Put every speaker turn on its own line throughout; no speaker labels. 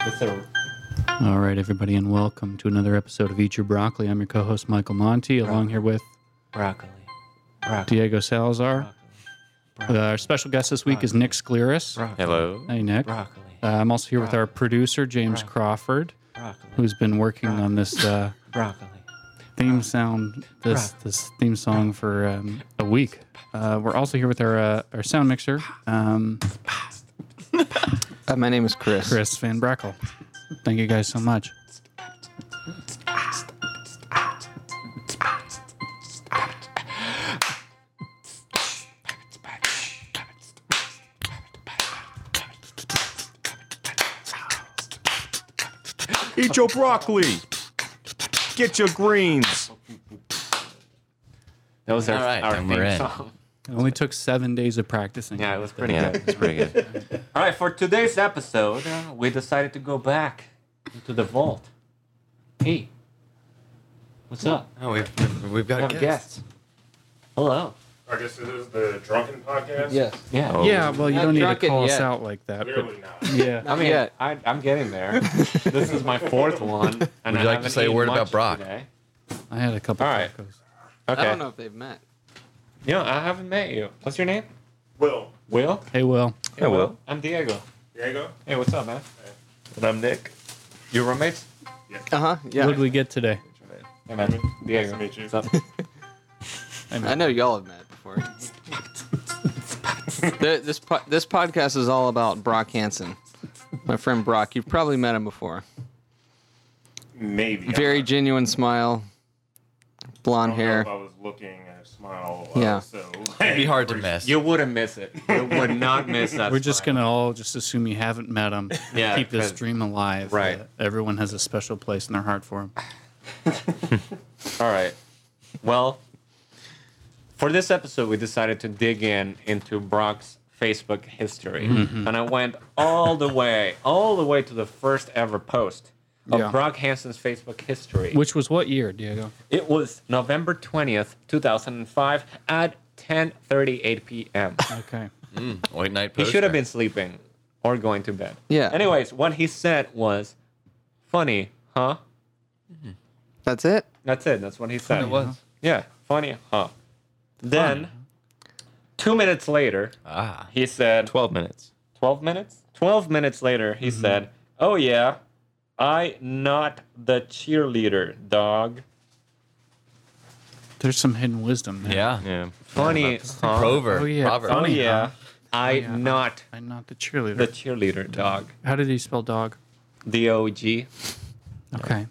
It's a
All right, everybody, and welcome to another episode of Eat Your Broccoli. I'm your co host, Michael Monty, along here with
broccoli. Broccoli.
Diego Salazar. Uh, our special guest this week is Nick Scleris.
Broccoli.
Hello.
Hey, Nick. Uh,
Broccoli.
I'm also here with our producer, James Crawford,
Broccoli.
who's been working on this uh,
Broccoli.
theme sound, this this theme song for um, a week. Uh, we're also here with our uh, our sound mixer, um,
Uh, my name is Chris.
Chris Van Brackle. Thank you guys so much.
Eat your broccoli. Get your greens.
That was our,
All right,
our
then
theme
we're in.
song.
It only took seven days of practicing.
Yeah, it was pretty
Yeah,
good.
it's pretty good.
All right, for today's episode, uh, we decided to go back into the vault. Hey, what's up?
Oh, we've, we've
We
got
have
guests.
guests. Hello.
I guess this is the Drunken Podcast?
Yeah.
Oh.
Yeah, well, you
Not
don't need to
drunken
call us
yet.
out like that. but-
Clearly not.
yeah.
I mean,
yet.
I, I'm getting there. this is my fourth one. And I
Would you like to
haven't
say a
eaten
word about
much
Brock?
Today.
I had a couple
All right.
tacos.
Okay.
I don't know if they've met.
Yeah, I haven't met you. What's your name?
Will,
Will.
Hey, Will.
Yeah, Will.
I'm Diego.
there you go.
Hey, what's up, man?
And I'm Nick.
Your roommates?
Uh huh. Yeah.
What did we get today?
Hey, man. Diego.
Nice to meet you.
What's up?
I know y'all have met before. Th- this po- this podcast is all about Brock Hansen, my friend Brock. You've probably met him before.
Maybe.
Very
I don't
genuine smile, blonde
know
hair.
If I was looking at a smile.
Yeah.
Yeah. So,
It'd be hard to miss.
you wouldn't miss it. You would not miss that.
We're just gonna all just assume you haven't met him.
Yeah,
keep this
'cause-
dream alive.
Right.
that everyone has a special place in their heart for him.
All right. Well, for this episode, we decided to dig in into Brock's Facebook history,
Mm-hmm.
and I went all the way, all the way to the first ever post of
Yeah.
Brock Hansen's Facebook history.
Which was what year, Diego?
It was November twentieth, two thousand and five, at ten thirty-eight p.m.
Okay.
Mm, late night
He
poster.
should have been sleeping or going to bed.
Yeah.
Anyways, what he said was, "Funny, huh?"
That's it.
That's it. That's what he said. It was. Yeah. Funny, huh? Then, two minutes later,
Ah.
he said,
Twelve minutes.
12 minutes? 12 minutes later, he
Mm-hmm.
said, Oh, yeah, I not the cheerleader, dog.
There's some hidden wisdom there.
Yeah.
Yeah.
Funny, huh?
Proverb.
Oh yeah.
Proverb.
Oh,
Funny,
yeah,
huh?
I not
I'm not the cheerleader.
the cheerleader, dog.
How did he spell dog?
D O G.
Okay.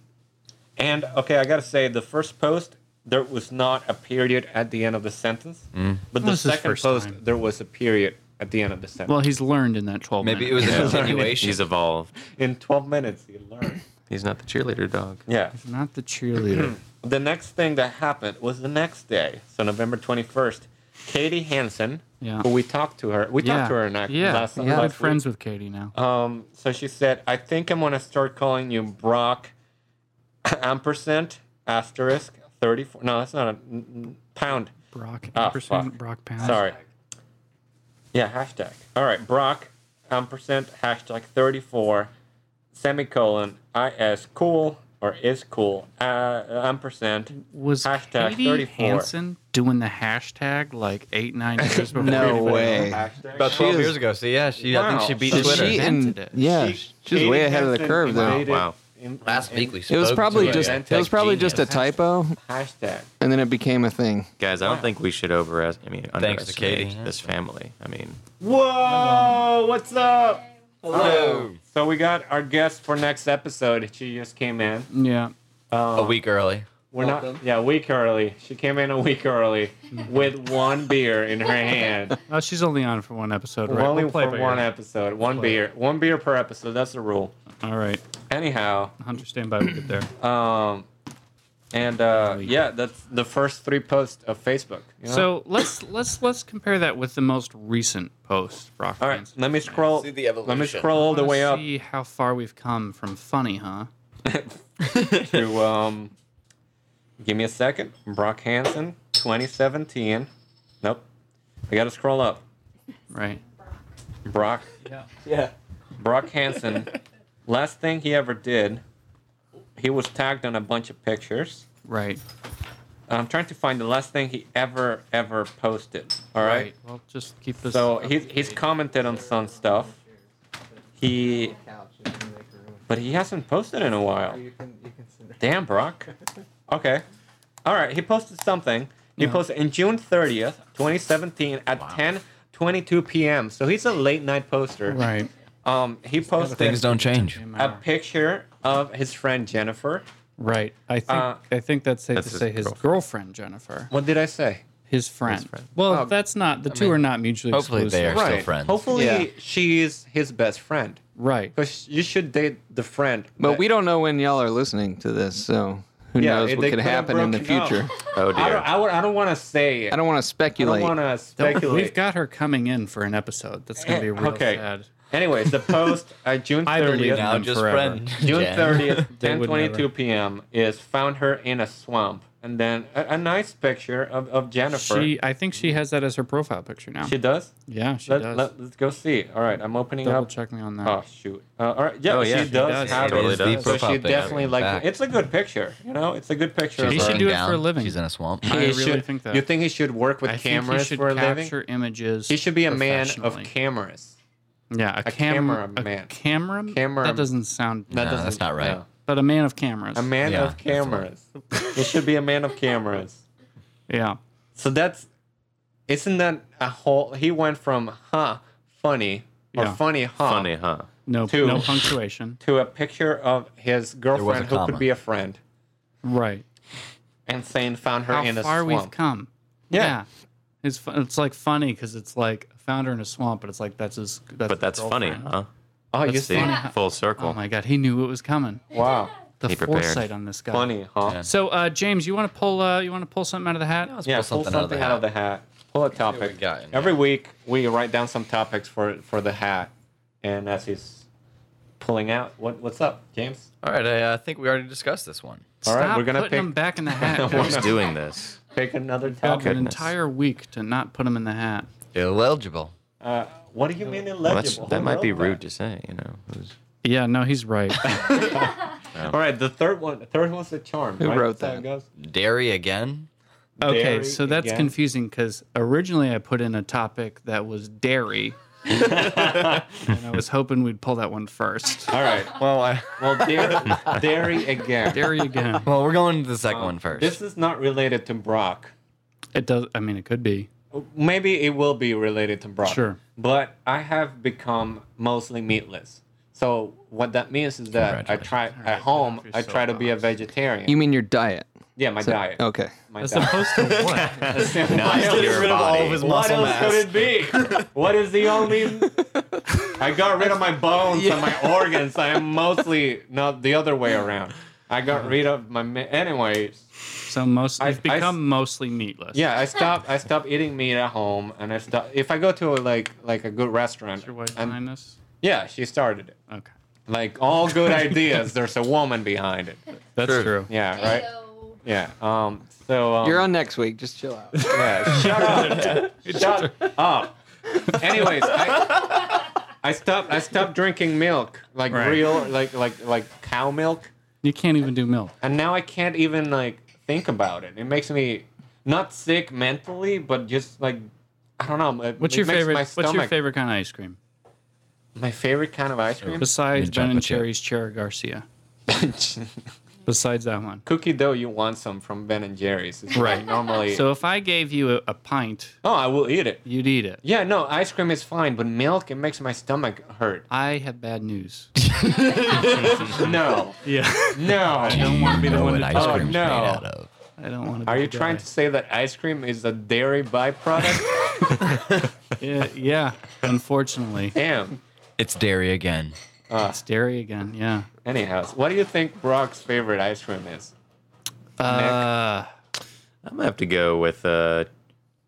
And okay, I gotta say, the first post there was not a period at the end of the sentence, but the
This is
second
first
post
time.
there was a period at the end of the sentence.
Well, he's learned in that 12
Maybe it was
minutes.
a continuation.
He's evolved.
in 12 minutes, you learn.
He's not the cheerleader dog.
yeah.
not the cheerleader.
The next thing that happened was the next day, so November 21st. Katie Hansen,
Yeah.
who we talked to her, we
yeah.
talked to her in our
yeah.
last,
yeah.
last
We're
week.
friends with Katie now.
Um, so she said, "I think I'm gonna start calling you Brock ampersand asterisk 34. No, that's not a n- n- pound.
Brock
ah,
ampersand.
fuck.
Brock pound.
Sorry. Yeah, hashtag. All right, Brock, ampersand, hashtag 34, semicolon, is cool, or is cool, uh, ampersand.
Was
Hashtag
Katie
34.
Hansen doing the hashtag like eight nine years before?
No
anybody
way.
Hashtag.
About 12
She is-
years ago. So yeah, she I think
Wow.
she beat
So
Twitter.
She
Invented
and
it.
yeah,
She-
she, was way ahead of the
Hansen
curve though.
invaded
Wow.
in-
Last
in-
week we spoke
It was probably
to
just
a
it was probably just a
tech genius.
typo,
Hashtag.
and then it became a thing.
Guys, I don't think we should overestimate. I mean,
Thanks to
underestimate
Katie.
This family. I mean,
Whoa! What's up? Hello. So we got our guest for next episode. She just came in.
Yeah.
a week early.
We're
Welcome.
not. Yeah, a week early. She came in a week early with one beer in her hand.
Oh, she's only on for one episode, right?
We're only
We'll play
for
by
one
ear.
episode. One beer. One beer per episode. That's the rule.
All right.
Anyhow,
Hunter, stand by. We'll get there.
um, and uh,
Holy.
yeah, that's the first three posts of Facebook. you know?
So let's let's let's compare that with the most recent post, Rock.
all right, let me scroll.
See the
Let me
evolution.
scroll all the way up
See how far we've come from funny, huh?
to um. Give me a second. Brock Hansen, 2017. Nope. I gotta scroll up.
Right.
Brock. Yeah. Brock Hansen, Last thing he ever did, he was tagged on a bunch of pictures.
Right.
I'm trying to find the last thing he ever ever posted. All right.
Well, just keep this.
So
up to
he's he's
date.
commented on some stuff. He, but he hasn't posted in a while. Damn, Brock. Okay. All right. He posted something. He
Yeah.
posted in June 30th, 2017, at 10:22 p.m. So he's a late night poster.
Right.
Um, he
Things
posted
don't change.
a picture of his friend Jennifer.
Right. I think
Uh,
I think that's safe
That's
to
his
say his
girlfriend.
girlfriend Jennifer,
What did I say?
his friend.
friend.
Well,
Um,
that's not the two
mean,
are not mutually
hopefully they
exclusive.
are. They're still friends.
Hopefully,
Yeah.
she's his best friend.
Right.
Because you should date the friend.
But we don't know when y'all are listening to this, so who
Yeah,
knows
it-
what
they
could
could have
happen in the
broken up.
future.
Oh
I don't.
dear.
I, would- I don't want to say.
I don't want to
I
speculate.
don't want to
We've
speculate.
got her coming in for an episode. That's
Eh,
gonna be real
okay.
sad.
Anyways, the post uh, June
I believe
thirtieth.
that.
Now
them
just
forever.
friend.
June
Jen.
thirtieth,
They
ten
would
twenty two
never.
p.m. is found her in a swamp, and then a, a nice picture of, of Jennifer.
She, I think she has that as her profile picture now.
She does.
yeah, she
let,
does.
Let, us go see. All right, I'm opening
Double
up.
check me on that.
Oh shoot! Uh, all right, yeah,
Oh, yeah,
she,
she
does,
does.
have
Totally
it.
does.
The
So
profile
she
picture,
definitely
in
like
fact.
it's a good picture. You know, it's a good picture.
He
of
She's
her.
should
sitting
do it for a living.
She's in a swamp.
I
He
really
should-
think that.
You think he should work with
I think he
cameras
should
for a living?
capture images.
He should be a man of
professionally.
cameras.
Yeah, a, cam-
cameraman.
A camera.
Camera-
That doesn't sound.
That
No,
doesn't-
that's not right.
no.
But a man of cameras.
A man
Yeah,
of
that's the
cameras. he should be a man of cameras.
yeah.
So that's isn't that a whole he went from huh funny or
Yeah.
funny huh
Funny, huh?
No.
Two.
No punctuation.
to a picture of his girlfriend who could
comma.
be a friend
Right.
and saying found her
How
in a
far we've
swamp.
come.
Yeah.
It's fu- it's like funny because it's like found her in a swamp, but it's like that's his. That's
But that's
his
funny,
girlfriend.
huh?
Oh, you
That's
see?
funny.
Full circle.
Oh my god, he knew it was coming.
Wow.
The
He prepared.
foresight on this guy.
Funny, huh? Yeah,
So, uh, James, you want to pull uh, you want to pull something out of the hat?
pull something, out, of the hat. Pull a topic.
got in
Every week we write down some topics for for the hat. And as he's pulling out, what what's up, James?
All right, I uh, think we already discussed this one.
All right,
Stop
we're gonna
putting
pick-
him back in the hat.
We're
We've
Who's doing this?
Pick another
got
topic.
an entire week to not put him in the hat.
Illegible.
Uh, what do you mean
Well,
illegible?
that's, that might be rude to say, you know. Who's-
Yeah, no, he's right.
All right, the third one. The third one's the charm.
Who
right?
wrote
That's how
that?
it goes.
Dairy again?
okay,
Dairy
so that's
again.
confusing because originally I put in a topic that was dairy, and I was hoping we'd pull that one first.
All right. Well, I, well, dairy, dairy again.
Dairy again.
Well, we're going to the second
Oh.
one first.
This is not related to Brock.
It does. I mean, it could be.
Maybe it will be related to Brock.
Sure.
But I have become mostly meatless. So what that means is that I try at home. I try to be a vegetarian.
you mean your diet?
yeah, my diet.
Okay.
My
As
diet.
opposed to what?
Why else-
your body.
What else could it be? What is the only? I got rid of my bones and my organs. I am mostly not the other way around. I got rid of my. ma- Anyways,
So most
I-
you've
I s-
become mostly meatless.
yeah, I stopped. I stopped eating meat at home, and I stop. If I go to a, like like a good restaurant,
Your wife
I'm-
behind us.
yeah, she started it.
Okay,
Like all good ideas, there's a woman behind it.
that's
True.
true.
Yeah, right. Yeah. Um. So um,
You're on next week. Just chill out.
Yeah, shut up. shut up. Anyways, I, I stopped I stopped drinking milk, like
Right.
real like like like cow milk,
You can't even do milk.
and now I can't even like think about it. It makes me not sick mentally, but just like I don't know. it-
What's
it
your
makes
favorite?
My
What's your
stomach-
favorite kind of ice cream
My favorite kind of ice cream?
besides Ben and
chocolate chip.
Cherry's Cherry Garcia? Besides that one,
Cookie dough, you want some from Ben and Jerry's? It's like
Right.
Normally,
so if I gave you a, a pint,
oh, I will eat it.
you'd eat it.
Yeah, no, ice cream is fine, but milk it makes my stomach hurt.
I have bad news.
No,
Yeah,
no.
don't want to be the
know
one
what
to
ice
Oh,
cream's
no.
made out of.
I don't want to.
Are you trying to say that ice cream is a dairy byproduct?
Yeah, yeah, unfortunately,
Damn.
It's dairy again.
Ah.
it's dairy again. Yeah.
Anyhow, what do you think Brock's favorite ice cream is?
Uh,
I'm gonna have to go with uh,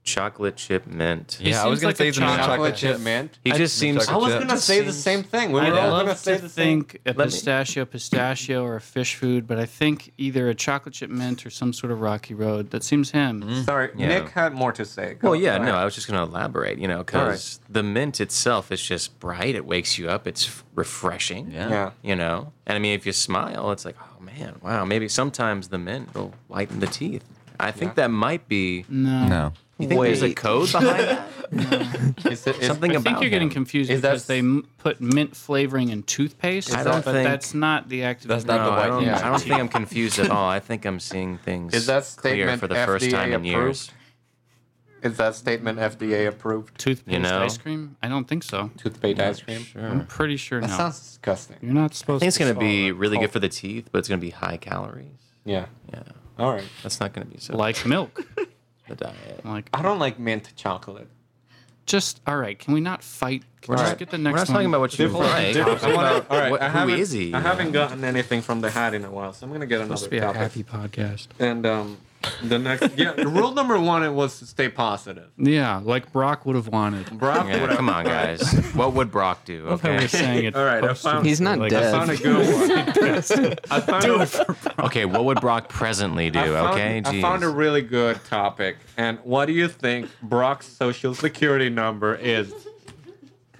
chocolate chip mint.
Yeah, I was
seems
gonna
like
say
a
he's a mint
chocolate
chocolate
chip
chip.
mint.
He
I-
just
the
seems.
I was
Chip
gonna say the
seems-
same thing. We
I
were all gonna
love
say
to
the same.
think a
me-
pistachio, pistachio, or a fish food, but I think either a chocolate chip mint or some sort of rocky road. That seems him.
Sorry,
Yeah.
Nick had more to say. Go,
Well, yeah,
go
no,
ahead.
I was just going to elaborate, you know, because the mint itself is just bright. It wakes you up. It's f- refreshing.
Yeah.
Yeah.
You know, and I mean, if you smile, it's like, oh man, wow. Maybe sometimes the mint will whiten the teeth. I think that might be.
No.
No.
You think there's a code behind that?
Is it- is-
Something
I
about
think you're getting
him.
confused
Is that
because they m- put mint flavoring in toothpaste.
I don't
but
think-
that's not the active.
That's not
No,
the
I
white
don't,
thing.
I don't think I'm confused at all. I think I'm seeing things
Is that
clear
statement
for the first
FDA
time in years.
is that statement FDA approved?
toothpaste
you know?
ice cream. I don't think so.
Toothpaste ice cream. Mm,
I'm pretty sure
That
no.
sounds disgusting.
you're not
I
supposed.
think it's
to
going to be
swallow
really good for the teeth, but it's going to be high calories.
Yeah.
Yeah,
All right.
that's not going to be
it.
so
like milk.
the diet.
Like
I don't like mint chocolate.
just all right. Can we not fight? Can we just get the next
We're not talking
one?
about what you like. We're talking about
all right,
what,
I
who
haven't-
is he?
I haven't gotten anything from the hat in a while, so I'm gonna get another
Supposed to be a
topic.
happy podcast.
And um, the next, yeah, rule number one it was to stay positive.
Yeah, like Brock would have wanted.
Brock,
Yeah,
whatever.
come on, guys. What would Brock do?
Love how we're
Okay.
saying it.
All right, I found-
He's not
like,
dead.
Found a good one. I found a-
Okay, what would Brock presently do?
I found-
okay,
I
Jeez.
found a really good topic. And what do you think Brock's social security number is?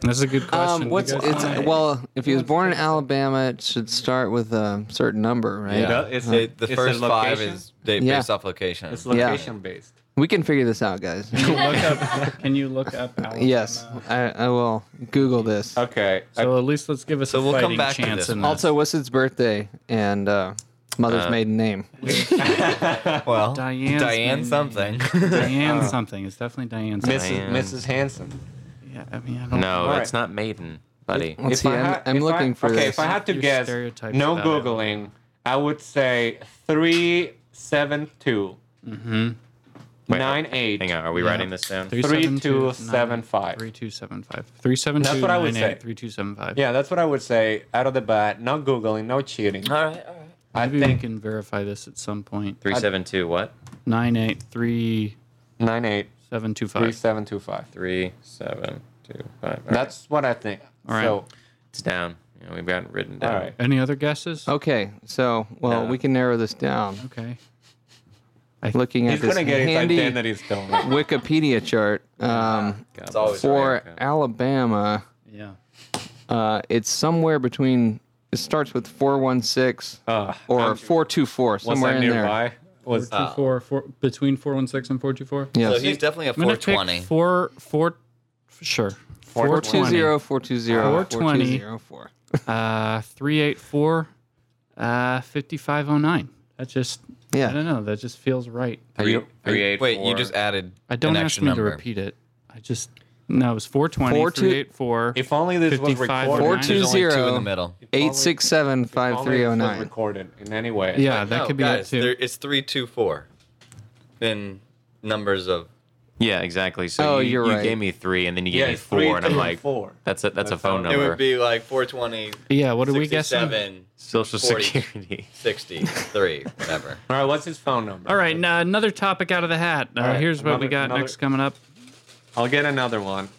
That's a good question.
Um, what's
You guys
it's
wanna-
well, if he was born in Alabama, it should start with a certain number, right?
Yeah. does- it's a-
They- the
it's a
first five
location?
is they,
Yeah.
based off location.
It's location based.
We can figure this out, guys.
Can you look up? Can you look up? Alabama?
yes, I, I will Google this.
Okay. I-
So at least let's give us a
we'll come
fighting
back to
chance
this.
in this.
Also, what's its birthday and uh, mother's maiden name?
well,
Diane's
Diane
name.
something.
Diane something. It's definitely Diane something.
Mrs.
Diane.
Mrs. Hanson.
Yeah, I mean, I don't
no,
All
that's
right.
not Maiden, buddy.
Let's see. I'm,
ha-
I'm
if
looking
I-
for
okay,
this.
if I had to
Your
guess,
stereotypes
no
about it.
Googling, I would say 372
Wait,
98.
Hang on, are we writing this down?
Three,
Three,
seven,
two,
nine,
seven, five.
Three two seven five. Three seven
That's
two,
what I would
nine, eight,
say.
three, two, seven, five.
Yeah, that's what I would say out of the bat. No Googling, no cheating.
all right, all right.
I
Maybe we
think
can verify this at some point.
Three seven two what?
Nine eight three
983725.
seven two five.
Three seven two five. All right,
That's what I think.
All right.
So,
it's down. You know, we've gotten written
all
down.
right.
Any other guesses?
Oh.
Okay, so well,
No.
we can narrow this down.
Okay.
Looking
He's
at this
going to get his
handy
identity stolen.
Wikipedia chart um,
God
It's
bless
always
for
America.
Alabama,
Yeah.
uh, it's somewhere between. It starts with four one six
Uh,
or
I'm-
four two four
was
somewhere
I
in there.
nearby? Was uh,
Two, four, four, between four one six and four two four.
Yes.
So he's definitely a
I'm gonna pick
420.
four four. Sure. Four
420, 420,
420.
4204.
Uh, three eight four. Uh, fifty five oh nine. That just.
Yeah.
I don't know. That just feels right.
Three, three, eight,
Wait, you
four.
just added
I don't
an
ask
extra
me to
number.
repeat it. I just no. It was 420,
Four two-
384.
if only this was
55
recorded.
or
if
nine.
There's only two in
420.
the middle.
only-
867
only this was
5309.
recorded in any way.
yeah, that could be
guys,
it too.
There, it's three two four. In numbers of
Yeah, exactly. So
Oh,
you,
you're
you
right.
gave me three, and then you gave
Yeah,
me
it's
four,
three,
and I'm
two,
like,
four.
that's a that's a
That's
phone
how-
it
number.
would be like 420.
yeah, what are we guessing?
67,
Social
40,
Security.
63, whatever.
All right, what's his phone number?
All right, now another topic out of the hat. Uh,
All right,
here's what we
another-
got
another-
next coming up.
I'll get another one.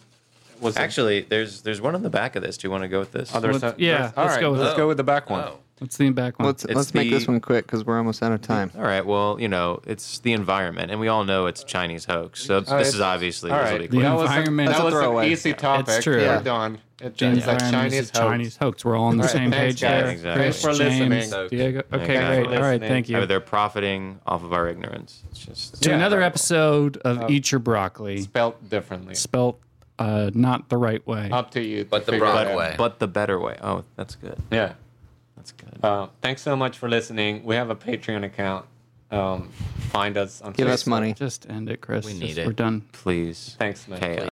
Was it-
Actually, there's there's one on the back of this. Do you want to go with this?
Oh, there's
Let's-
a-
yeah,
there's- all
let's
right,
go with
let's
that.
go with the back one.
Oh.
Let's lean back one.
Let's, let's make
the-
this one quick because we're almost out of time.
All right. Well, you know, it's the environment, and we all know it's Chinese hoax. So
right.
this is obviously
All
this
right,
will be
The
quick.
that was, an,
environment-
that
That's a
was an
throwaway.
easy
Yeah.
topic.
It's true.
We're
Yeah.
done. It's
James
it's a
Byron is
Chinese hoax.
a Chinese hoax. We're all on the
All right,
same
thanks,
page
guys.
there.
Exactly.
Chris,
Thanks for
James,
listening.
Diego. Okay,
Thanks for
great. All right,
listening.
thank
I
you.
mean, they're profiting off of our ignorance. It's just
to
Yeah.
another episode of
Oh.
Eat Your Broccoli,
Spelt differently.
spelt uh, not the right way.
Oh.
Up to you. to
But the
figure it
broad
out.
way.
but the better way. Oh, that's good.
Yeah.
That's good.
Uh, thanks so much for listening. We have a Patreon account. Um, find us on
Give us
Facebook.
money.
Just end it, Chris.
We need
Just-
it.
We're done.
Please.
Thanks, man.
Pay us.